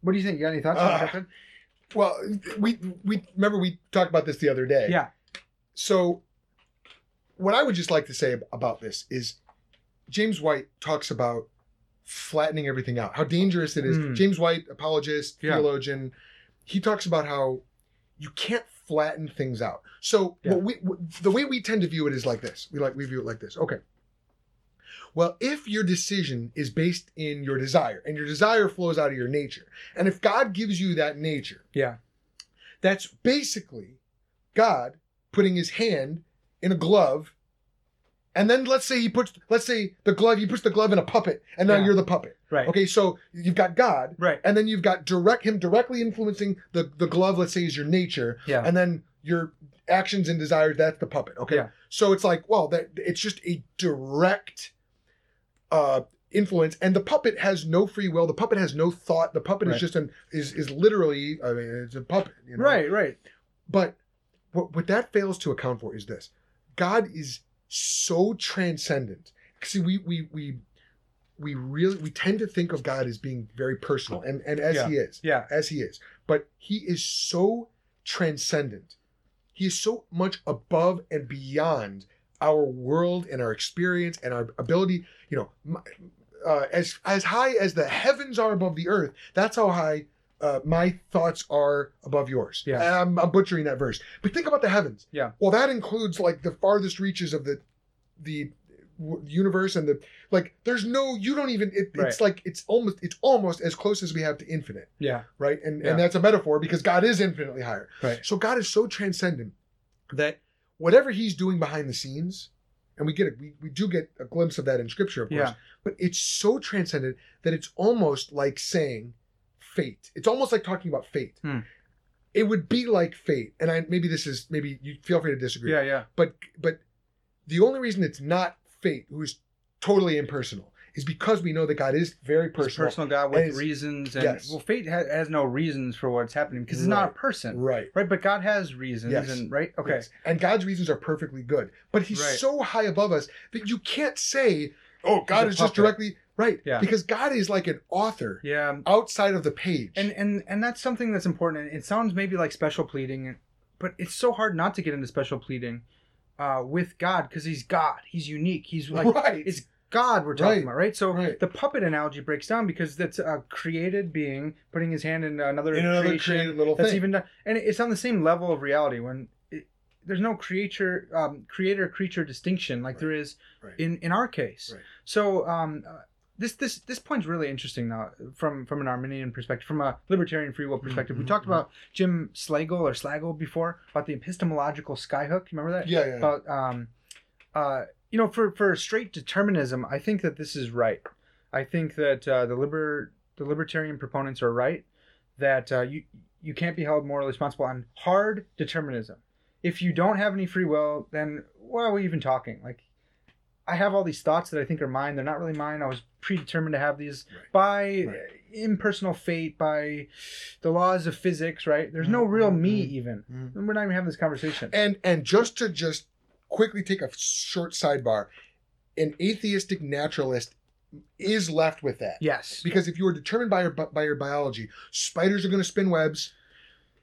What do you think? You got any thoughts on Uh, that? Declan? Well, we we remember we talked about this the other day. Yeah. So, what I would just like to say ab- about this is, James White talks about flattening everything out. How dangerous it is. Mm. James White, apologist, Yeah. theologian, he talks about how you can't flatten things out. So, Yeah. what we what, the way we tend to view it is like this. We like we view it like this. Okay. Well, if your decision is based in your desire, and your desire flows out of your nature, and if God gives you that nature Yeah. That's basically God putting his hand in a glove. And then let's say he puts, let's say the glove, he puts the glove in a puppet, and now Yeah. you're the puppet. Right. Okay, so you've got God, Right. and then you've got direct him directly influencing the the glove. Let's say is your nature, Yeah. and then your actions and desires. That's the puppet. Okay, Yeah. so it's like well, that it's just a direct uh, influence, and the puppet has no free will. The puppet has no thought. The puppet Right. is just an is is literally I mean it's a puppet. You know? Right. Right. But what, what that fails to account for is this God is so transcendent. See, we, we, we, we really we tend to think of God as being very personal and, and as he is Yeah. as he is but he is so transcendent he is so much above and beyond our world and our experience and our ability you know my, uh, as as high as the heavens are above the earth that's how high uh, my thoughts are above yours Yeah. And I'm, I'm butchering that verse but think about the heavens Yeah. well that includes like the farthest reaches of the the w- universe and the like there's no you don't even it, it's Right. like it's almost it's almost as close as we have to infinite Yeah. right? And Yeah. and that's a metaphor because God is infinitely higher. Right. So God is so transcendent that whatever He's doing behind the scenes, and we get a, we, we do get a glimpse of that in Scripture, of course. Yeah. But it's so transcendent that it's almost like saying fate. It's almost like talking about fate. Hmm. It would be like fate, and I maybe this is maybe you feel free to disagree. Yeah. Yeah. But but the only reason it's not fate, who is totally impersonal, is because we know that God is very It's personal. personal God And with it's- reasons and yes. well, fate ha- has no reasons for what's happening because it's not a Right. person, right? Right. But God has reasons, Yes. and right. Okay. Yes. And God's reasons are perfectly good. But he's Right. so high above us that you can't say, oh, God a is just puppet. directly right. Yeah. Because God is like an author Yeah. um, outside of the page. And and and that's something that's important. And it sounds maybe like special pleading, but it's so hard not to get into special pleading uh, with God because He's God. He's unique. He's like right. it's God we're talking Right. about, right? So Right. the puppet analogy breaks down because that's a created being putting his hand in another, In another creation created little that's thing. even and it's on the same level of reality when it, there's no creature um, creator creature distinction like Right. there is Right. in in our case. Right. So um, uh, this this this point's really interesting now from from an Arminian perspective, from a libertarian free will perspective. mhm, We talked mhm. about Jim Slagle or Slagle before about the epistemological skyhook. Remember that? yeah, yeah. About um, uh, you know, for for straight determinism, I think that this is right. I think that uh, the liber the libertarian proponents are right that uh, you you can't be held morally responsible on hard determinism. If you don't have any free will, then why are we even talking? Like, I have all these thoughts that I think are mine. They're not really mine. I was predetermined to have these Right. by Right. impersonal fate, by the laws of physics. Right? There's no real me even. Mhm. And We're not even having this conversation. Mm-hmm. and and just to just quickly take a short sidebar, an atheistic naturalist is left with that. yes. Because if you are determined by your bi- by your biology, spiders are going to spin webs,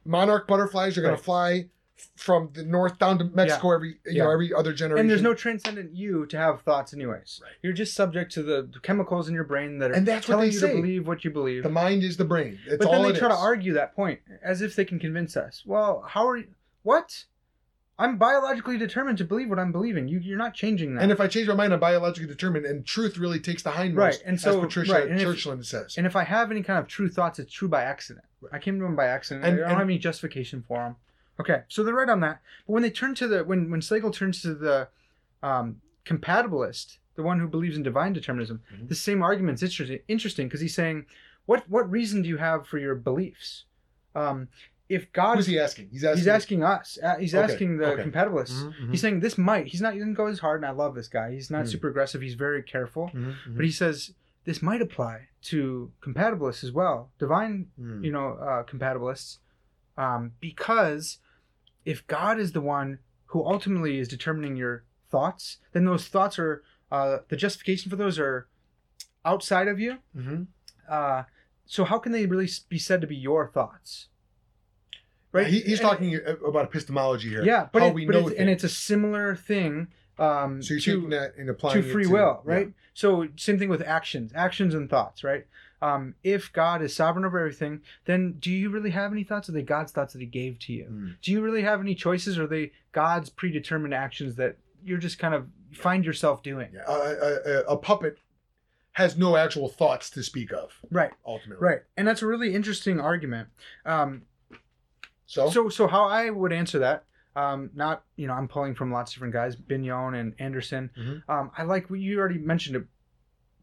monarch butterflies are going to Right. fly f- from the north down to Mexico every you know Yeah. every other generation. And there's no transcendent you to have thoughts, anyways. Right. You're just subject to the chemicals in your brain that are And that's what telling they you say. to believe what you believe. the mind is the brain. It's but then all they it try to is. argue that point as if they can convince us. Well, how are you? What? I'm biologically determined to believe what I'm believing. You, you're not changing that. And if I change my mind, I'm biologically determined, and truth really takes the hindmost, Right, and so- as Patricia right, and if- Churchland says. And if I have any kind of true thoughts, it's true by accident. I came to them by accident. And- I don't and- have any justification for them. Okay, so they're right on that. But when they turn to the when when Slagle turns to the um, compatibilist, the one who believes in divine determinism, Mhm. the same argument's interesting. Interesting because he's saying, what what reason do you have for your beliefs? Um, if God, Who's he asking? He's asking. he's asking us. Uh, he's Okay, asking the okay. compatibilists. Mhm, mhm, He's saying this might. He's not. He doesn't go as hard, and I love this guy. He's not Mhm. super aggressive. He's very careful. mhm, mhm, mm-hmm. But he says this might apply to compatibilists as well, divine, mhm. you know, uh, compatibilists, um, because if God is the one who ultimately is determining your thoughts, then those thoughts are uh, the justification for those are outside of you. Mhm. Uh, so how can they really be said to be your thoughts? Right. He- he's And- talking about epistemology here. Yeah, but, how it, we but know it's, and things. it's a similar thing. Um, So you're to- taking that and applying to it free will, right? So same thing with actions, actions and thoughts, right? Um, if God is sovereign over everything, then do you really have any thoughts? Are they God's thoughts that He gave to you? Mm. Do you really have any choices? Or are they God's predetermined actions that you're just kind of find yourself doing? Yeah. Uh, A- a- a- a puppet has no actual thoughts to speak of. Right, Ultimately, right, and that's a really interesting argument. Um, So, So, so how I would answer that, um, not you know, I'm pulling from lots of different guys, Bignon and Anderson. Mhm. Um, I like what you already mentioned it,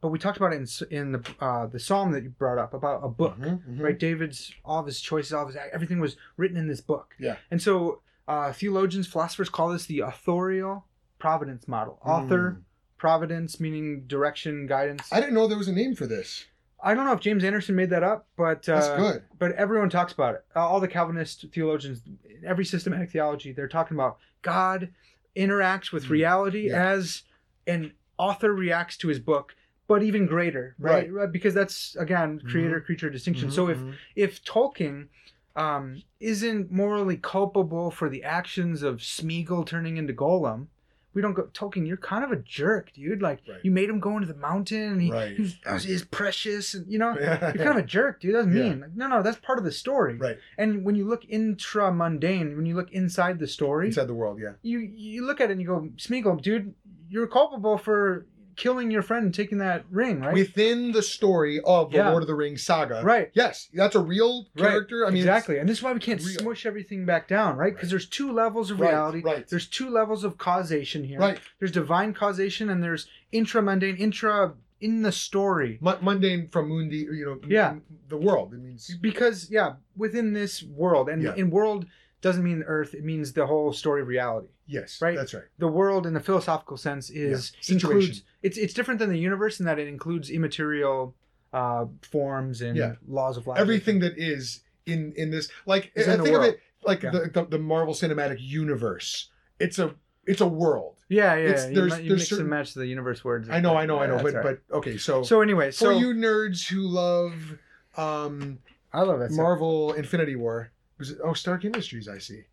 but we talked about it in, s- in the uh, the psalm that you brought up about a book, Mhm, mhm. right? David's all of his choices, all of his act- everything was written in this book. Yeah. And so uh, theologians, philosophers call this the authorial providence model. Author, Mm. providence meaning direction, guidance. I didn't know there was a name for this. I don't know if James Anderson made that up, but uh, That's good. but everyone talks about it. Uh, all the Calvinist theologians, every systematic theology, they're talking about God interacts with Mm. reality Yeah. as an author reacts to his book, but even greater, right? Right. Right, Because that's again creator creature distinction. So if Mhm, if Tolkien um, isn't morally culpable for the actions of Smeagol turning into Golem, we don't go Tolkien. You're kind of a jerk, dude. Like Right. you made him go into the mountain, and he, Right. he was, that was his precious, and you know. mhm. You're kind of a jerk, dude. That's Yeah. mean. Like, no, no, that's part of the story. right And when you look intra mundane, when you look inside the story, inside the world. Yeah, you you look at it and you go, Smeagol, dude, you're culpable for killing your friend and taking that ring, right? within the story of the Yeah. Lord of the Rings saga. right. Yes, that's a real Right. character. I mean, it's- exactly. And this is why we can't real. smush everything back down, right? Because Right. there's two levels of Right, reality. right. There's two levels of causation here. Right. There's divine causation and there's intra mundane, intra in the story. Mu- mundane from Mundi, you know, m- Yeah. m- the world. It means Because yeah, within this world, and Yeah. in world doesn't mean Earth; it means the whole story of reality. yes, Right. That's right. the world in the philosophical sense is Yeah. Situation. includes it's it's different than the universe in that it includes immaterial uh, forms and Yeah. laws of life. Everything that is in in this, like Is I in the think of world. it like Yeah. the, the the Marvel Cinematic Universe. It's a it's a world. Yeah, yeah. It's- you there's- mi- you there's mix certain- and match the universe words. I know, I know, I know. That's But all right. but okay, so, so anyway, so for you nerds who love um I love that. stuff. Marvel Infinity War, was it- oh Stark Industries, I see.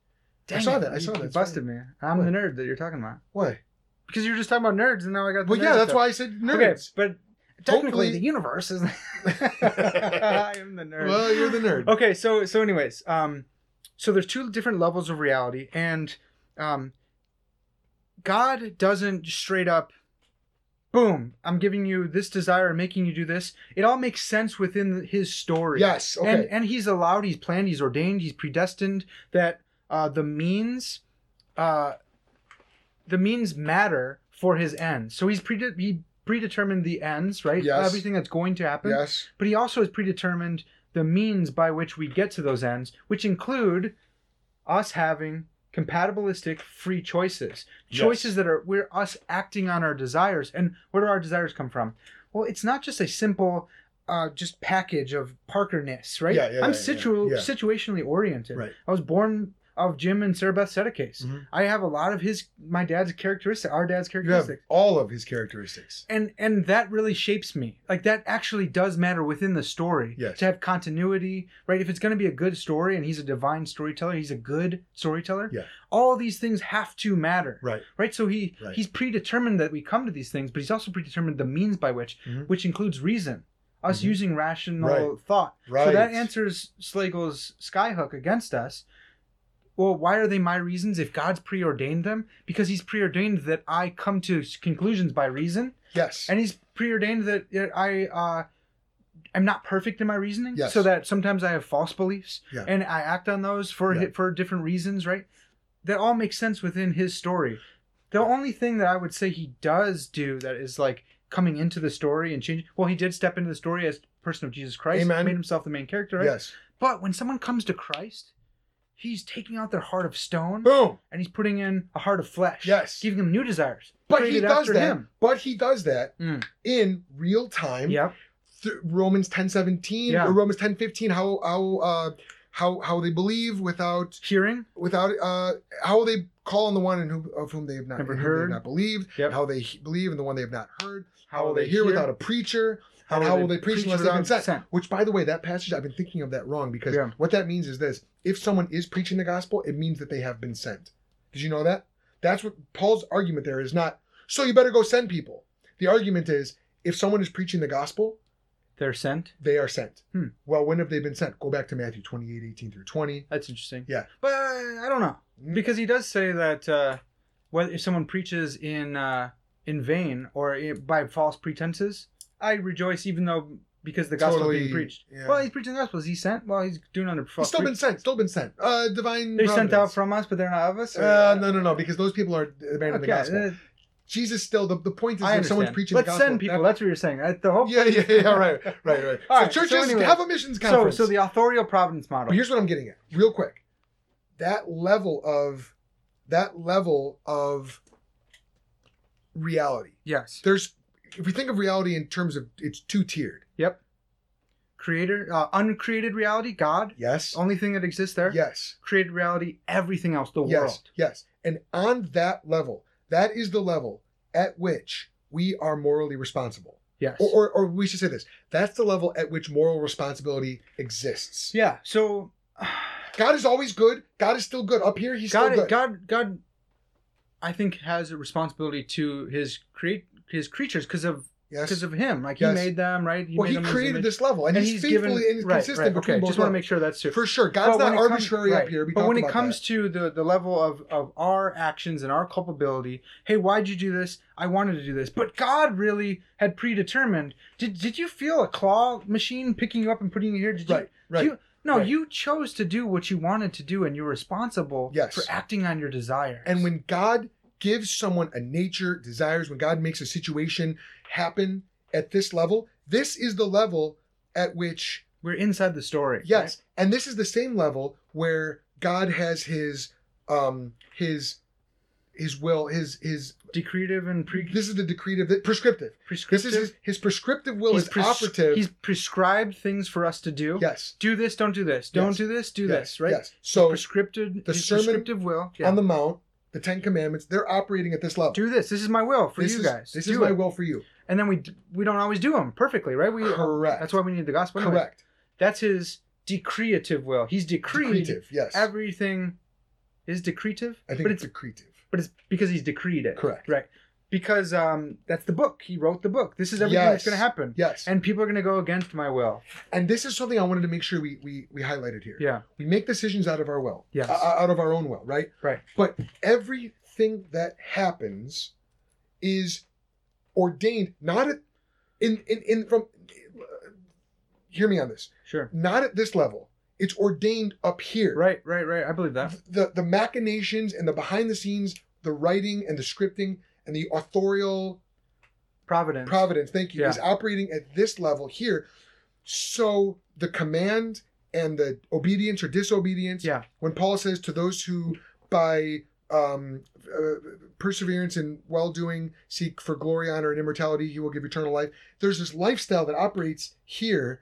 Dang saw it, that, I you- saw that, you it's busted me. I'm What? the nerd that you're talking about Why? because you were just talking about nerds, and now I got. The Well, nerd yeah, that's stuff. why I said Okay, nerds. but technically, Hopefully- the universe is. I am the nerd. Well, you're the nerd. okay so so anyways um so there's two different levels of reality and um god doesn't straight up boom i'm giving you this desire and making you do this it all makes sense within his story Yes. Okay. and and he's allowed he's planned he's ordained he's predestined that uh the means uh the means matter for his ends so he's pre he predetermined the ends right Yes. everything that's going to happen yes. but he also has predetermined the means by which we get to those ends, which include us having compatibilistic free choices, Yes. choices that are we're us acting on our desires. And where do our desires come from? Well, it's not just a simple uh, just package of Parkerness, right? Yeah, yeah, I'm yeah, situ- yeah, yeah. situationally oriented. Right. I was born of Jim and Sarah Beth Sedekase. Mhm. I have a lot of his, my dad's characteristic, our dad's You have characteristics all of his characteristics. and and that really shapes me like that actually does matter within the story Yes. to have continuity right if it's going to be a good story and he's a divine storyteller he's a good storyteller Yeah. all these things have to matter Right. right so he Right. he's predetermined that we come to these things but he's also predetermined the means by which Mhm. which includes reason us Mhm. using rational Right. thought Right. so that answers Slagle's skyhook against us. Well, why are they my reasons if God's preordained them? Because he's preordained that I come to s- conclusions by reason, Yes. and he's preordained that uh, I uh, am not perfect in my reasoning, Yes. so that sometimes I have false beliefs, Yeah. and I act on those for Yeah. hi- for different reasons, right? That all makes sense within his story. The only thing that I would say he does do that is like coming into the story and changing. Well, he did step into the story as person of Jesus Christ, Amen. made himself the main character, right? Yes. But when someone comes to Christ, he's taking out their heart of stone Boom. and he's putting in a heart of flesh. Yes. Giving them new desires. But he created does after that. him. But he does that Mm. in real time. Yep. Th- Romans ten seventeen Yeah. or Romans ten fifteen. How how uh, how how they believe without Hearing. without uh, how they call on the one in who, of whom they have not, Never in whom heard. They have not believed. Yep. How they he- believe in the one they have not heard. How, will they, hear, without a preacher? How and will how they will they preach preach unless they without consent? consent? Which, by the way, that passage I've been thinking of that wrong because Yeah. what that means is this: if someone is preaching the gospel, it means that they have been sent. Did you know that? That's what Paul's argument there is not. So you better go send people. The argument is if someone is preaching the gospel, They're sent. they are sent. Hmm. Well, when have they been sent? Go back to Matthew 28, 18 through 20. That's interesting. Yeah. Mm. But I don't know. Because he does say that uh, whether if someone preaches in uh, in vain or i by false pretenses, I rejoice even though because the gospel Totally, being preached. yeah. Well, he's preaching the gospel. Is he sent? Well, he's doing under. It's still been sent. Still been sent. Uh, divine. They're sent out providence. from us, but they're not of us. Uh, no, no, no. Because those people are abandoning the Okay, gospel. uh, Jesus still. The, the point is, I when someone's understand. preaching Let's the gospel. send people. That's what you're saying. That's the whole. yeah, yeah, yeah. Right, right, right. All so right, so churches anyway. have a missions So, conference. so the authorial providence model. But here's what I'm getting at, real quick. That level of that level of reality. yes. There's if we think of reality in terms of it's two tiered. Yep. Creator, uh, uncreated reality, God, Yes. only thing that exists there. Yes. Created reality, everything else, the yes. world. Yes. And on that level, that is the level at which we are morally responsible. Yes. Or, or, or we should say this. That's the level at which moral responsibility exists. yeah. So God is always good. God is still good. Up here, he's still God, good. God, God, I think has a responsibility to his create his creatures because of yes. because of him. Like Yes. he made them, right? well, made he them in his created image. this level, and, he's, faithfully and right, consistent right, between okay. both Just want to levels. make sure that's true. For sure, God's But when not it comes- arbitrary right. up here. We but talked when it about comes that. to the the level of of our actions and our culpability, hey, why'd you do this? I wanted to do this, but God really had predetermined. Did did you feel a claw machine picking you up and putting you here? Did you? right, right, you- no, right. you chose to do what you wanted to do, and you're responsible Yes. for acting on your desires. and when God gives someone a nature, desires, when God makes a situation happen at this level, this is the level at which we're inside the story, yes, and this is the same level where God has his um his his will his his right? decretive and pre- this is the decretive the prescriptive this prescriptive. is his, his prescriptive will he's is pres- operative He's prescribed things for us to do. yes Do this, don't do this. Don't Yes. do this, do yes, this, right? yes so prescripted the his sermon prescriptive will. Yeah. on the mount the Ten Commandments they're operating at this level do this. This is my will for this you is, guys. This do is it. my will for you. And then we d- we don't always do them perfectly, right? We Correct. That's why we need the gospel. anyway. Correct. That's his decreative will. He's decreed Decretive. Yes. everything is decretive, I think but it's it's decretive. but it's because he's decreed it. Correct. Right. Because um that's the book. He wrote the book. This is everything Yes. that's going to happen. Yes. And, And people are going to go against my will. this is something I wanted to make sure we we, we highlighted here. Yeah. We make decisions out of our will. Yes. O- o- out of our own will, right? Right. But everything that happens is ordained not at in in, in from hear me on this. Sure. Not at this level. It's ordained up here. Right, right, right. I believe that. the the machinations and the behind the scenes, the writing and the scripting and the authorial Providence. providence. Thank you. Yeah. Is operating at this level here. So the command and the obedience or disobedience. Yeah. When Paul says to those who by um, uh, perseverance and well doing seek for glory, honor, and immortality, he will give eternal life. There's this lifestyle that operates here,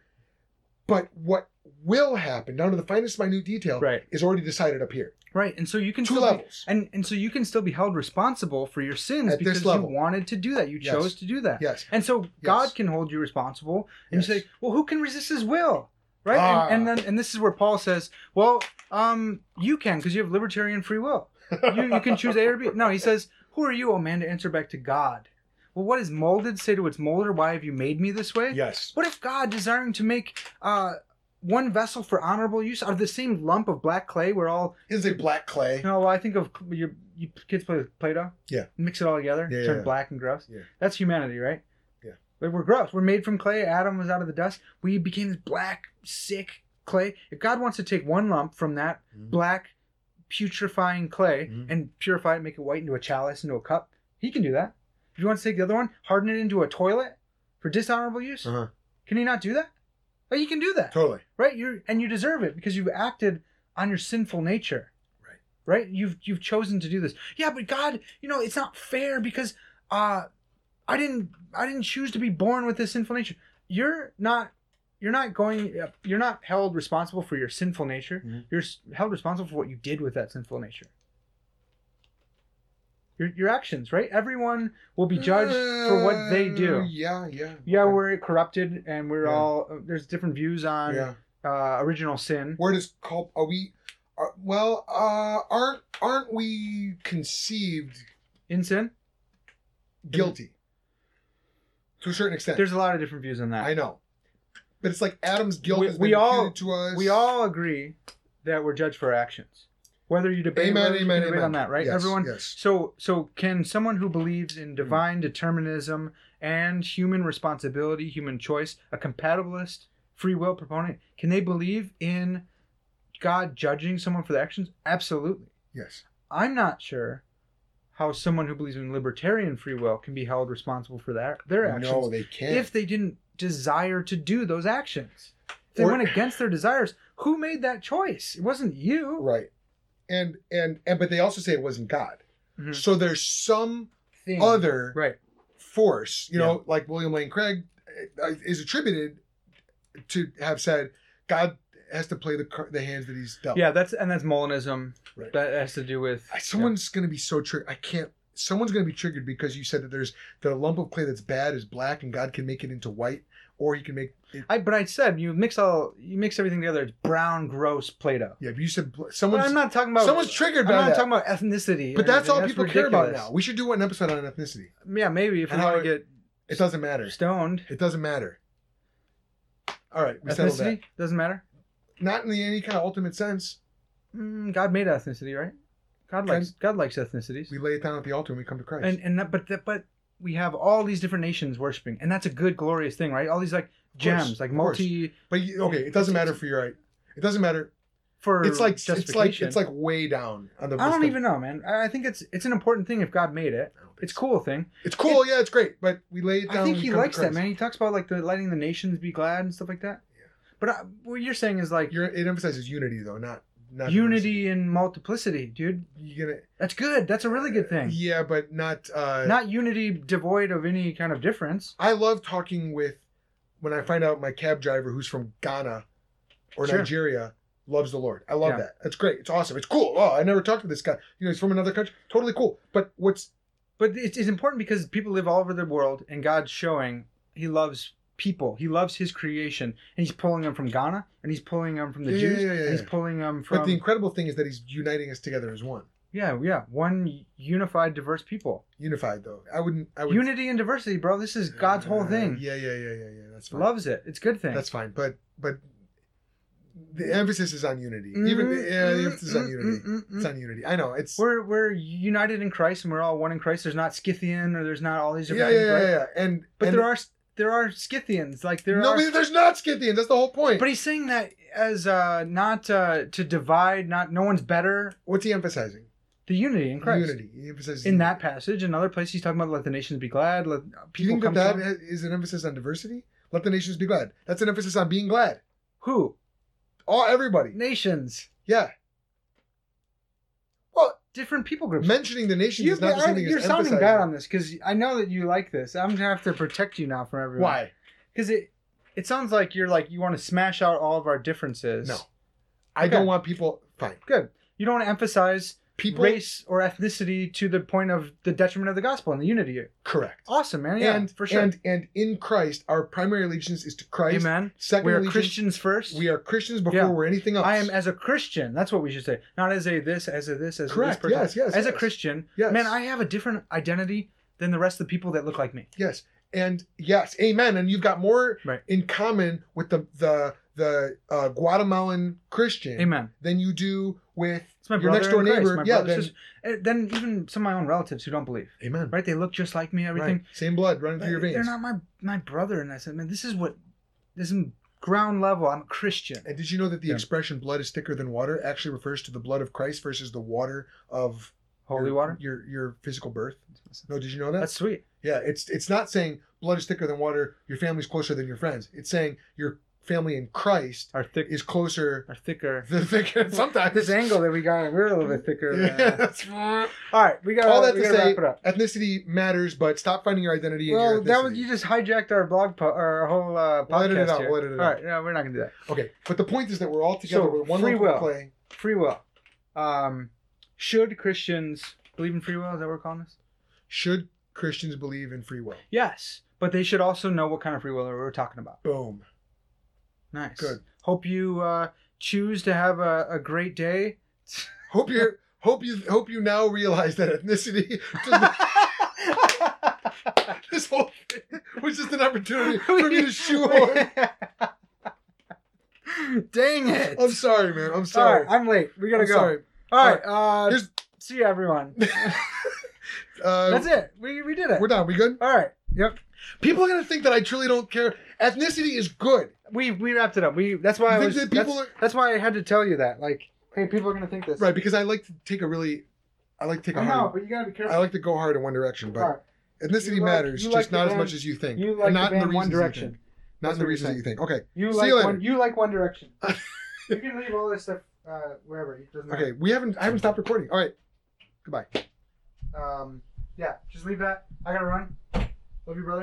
but what will happen down to the finest minute detail Right. is already decided up here. Right. And so you can Two still be- levels. And and so you can still be held responsible for your sins At this because level. you wanted to do that. You Yes. chose to do that. yes. And so God Yes. can hold you responsible. And you Yes. say, well, who can resist His will, right? Ah. And, and then and this is where Paul says, well, um, you can because you have libertarian free will. You you can choose A or B. No, he says, who are you, oh man, to answer back to God? Well, what is molded say to its molder? Why have you made me this way? Yes. What if God, desiring to make uh, one vessel for honorable use out of the same lump of black clay, we're all Is it black clay? no, well, I think of your you kids play with Play-Doh. Yeah. Mix it all together, Yeah, turn yeah. black and gross. Yeah. That's humanity, right? Yeah. But we're gross. We're made from clay. Adam was out of the dust. We became this black, sick clay. If God wants to take one lump from that Mhm. black, putrefying clay Mhm. and purify it, make it white into a chalice, into a cup, He can do that. If He wants to take the other one, harden it into a toilet for dishonorable use, Uh-huh. can He not do that? Well, He can do that Totally. right you're and you deserve it because you've acted on your sinful nature Right. right you've you've chosen to do this yeah but god you know it's not fair because uh i didn't i didn't choose to be born with this sinful nature you're not you're not going uh, you're not held responsible for your sinful nature Mhm. you're s- held responsible for what you did with that sinful nature your, your actions right everyone will be judged for what they Uh, do Yeah, yeah. yeah Okay. we're corrupted and we're Yeah. all uh, there's different views on yeah. uh, original sin. Where does culp? Are we? Are, well, uh, aren't aren't we conceived In sin, guilty to a certain extent? there's a lot of different views on that. I know, but it's like Adam's guilt We- has we been all- imputed to us. We all agree that we're judged for our actions, whether you debate, amen, whether you amen, can debate amen. on that, right? Yes, Hmm. Everyone. Yes. So, so can someone who believes in divine determinism and human responsibility, human choice, a compatibilist, free will proponent, can they believe in God judging someone for their actions? Absolutely. Yes. I'm not sure how someone who believes in libertarian free will can be held responsible for their, their actions No, they can't. if they didn't desire to do those actions. If they Or- went against their desires. Who made that choice? It wasn't you. right. And, and and but they also say it wasn't God. Mhm. So there's some Thing. other Right. force, you know, like William Lane Craig uh, is attributed to have said God has to play the car- the hands that he's dealt. Yeah, that's and that's Molinism. Oh. Right. That has to do with I- Someone's going to be so triggered. I can't. Someone's going to be triggered because you said that there's the lump of clay that's bad is black and God can make it into white or he can make it. I but I said you mix all you mix everything together. It's brown, gross Play-Doh. Yeah, but you said bl- But someone's I'm not talking about someone's triggered by I'm not that. talking about ethnicity. but or that's all anything. people care about ridiculous. now. We should do an episode on ethnicity. Yeah, maybe if we And how want it- to It doesn't get matter. stoned, It doesn't matter. All right, we settled that. ethnicity doesn't matter. Not in the any kind of ultimate sense. Mm, God made ethnicity, right? God likes God likes ethnicities. We lay it down at the altar and we come to Christ. and and that, but that, but we have all these different nations worshiping, and that's a good glorious thing, right? All these like gems, like of course. multi But you, okay, it doesn't matter for your right. It doesn't matter. for It's like it's like justification. it's like way down on the. I don't list of- even know, man. I I think it's it's an important thing if God made it. I don't think It's so. cool thing. It's cool. yeah, it's great. But we lay it down. I think we he come to likes that, Christ. man. He talks about like the letting the nations be glad and stuff like that. Yeah. But I, what you're saying is like You're, it emphasizes unity though, not not unity and multiplicity, dude. diversity. You're gonna That's good. That's a really good thing. Yeah, but not. Uh, Not unity devoid of any kind of difference. I love talking with when I find out my cab driver who's from Ghana or Sure. Nigeria loves the Lord. I love Yeah. that. That's great. It's awesome. It's cool. Oh, I never talked to this guy. You know, he's from another country. Totally cool. But what's But it's, it's important because people live all over the world, and God's showing He loves people. He loves His creation, and He's pulling them from Ghana, and He's pulling them from the Yeah, Jews, yeah, yeah, and He's yeah. pulling them from but the incredible thing is that he's uniting us together as one. yeah, yeah, one unified, diverse people. Unified though. I wouldn't. I would. Unity and diversity, bro. This is God's whole Uh, thing. Yeah, yeah, yeah, yeah, yeah. That's fine. Loves it. It's a good thing. That's fine. But but the emphasis is on unity. Mm, Even yeah, the mm, emphasis is on mm, unity. mm, mm, mm. It's on unity. I know. It's We're we're united in Christ and we're all one in Christ. There's not Scythian or there's not all these yeah, yeah, different things, yeah, right? yeah, yeah. And But and there are there are Scythians, like there no, are. but there's not Scythians. That's the whole point. But he's saying that as uh, not uh, to divide, not no one's better. What's he emphasizing? The unity in Christ. Unity. He emphasizes In that passage, another place, he's talking about let the nations be glad. Let Do you people think come. that that to him. ha- is an emphasis on diversity? Let the nations be glad. That's an emphasis on being glad. Who All everybody. nations? Yeah. Different people groups. Mentioning the nations you, is not the same thing as are sounding emphasizing. bad on this because I know that you like this. I'm gonna have to protect you now from everyone. Why? Because it it sounds like you're like you want to smash out all of our differences. No. I Okay. don't want people. Fine. Good. You don't want to emphasize People. race or ethnicity to the point of the detriment of the gospel and the unity. Correct. Awesome, man. Yeah, and for sure. and and in Christ, our primary allegiance is to Christ. Amen. Second We are allegiance, Christians first. we are Christians before Yeah. we're anything else. I am as a Christian. That's what we should say. Not as a this, as a this, as correct. a this person. Yes, yes. as a yes. Christian, yes. man, I have a different identity than the rest of the people that look like me. yes, and yes, amen. And you've got more Right. in common with the the the uh, Guatemalan Christian Amen. than you do with It's my your brother next door in Christ, neighbor. my yeah, brother's then, sister. And then even some of my own relatives who don't believe, amen. right? They look just like me. Everything. Right. Same blood running through your They're veins. not my my brother, and I said, man, this is what this is ground level. I'm a Christian. and did you know that the Yeah. expression "blood is thicker than water" actually refers to the blood of Christ versus the water of Holy your, water. your your physical birth? No, did you know that? That's sweet. Yeah, it's it's not saying blood is thicker than water, your family's closer than your friends. It's saying your family in Christ Our thick, is closer our thicker. than thicker sometimes. This angle that we got, we're a little bit thicker. than- Yeah, that's- All right, we got All that we to gotta say, wrap it up. ethnicity matters, but stop finding your identity in Well, your ethnicity. that was you just hijacked our blog po- our whole uh, podcast. We'll edit it out, here. we'll edit it All out. right, no, we're not gonna do that. okay, but the point is that we're all together. So, with one free lump of will. clay. Free will. Um, should Christians believe in free will? Is that what we're calling this? Should Christians believe in free will? Yes, but they should also know what kind of free will we're talking about. Boom. Nice. Good. Hope you uh, choose to have a, a great day. Hope you are hope you hope you now realize that ethnicity this whole thing was just an opportunity for me to shoehorn. Dang it! I'm sorry, man. I'm All sorry. right, I'm late. We gotta I'm go. sorry. All right. Uh, Here's- see you, everyone. Uh, That's it. We, we did it. We're done. We good? All right. Yep. People are gonna think that I truly don't care. Ethnicity is good. We we wrapped it up. We that's why I Think was. that people that's, that's why I had to tell you that. Like, hey, people are gonna think this. Right, because I like to take a really I like to take a I know, hard but you gotta be careful. I like to go hard in one direction, but Alright, ethnicity You like- matters, you just like the not as band- much as you think. you And like not the in band One reasons you Direction. think. Not in That's the what you're reasons that you think. Okay. You See like you later. one. You like One Direction. you can leave all this stuff uh, wherever. It doesn't matter. Okay. We haven't I haven't stopped recording. All right. Goodbye. Um, yeah, just leave that. I gotta run. Love you, brother.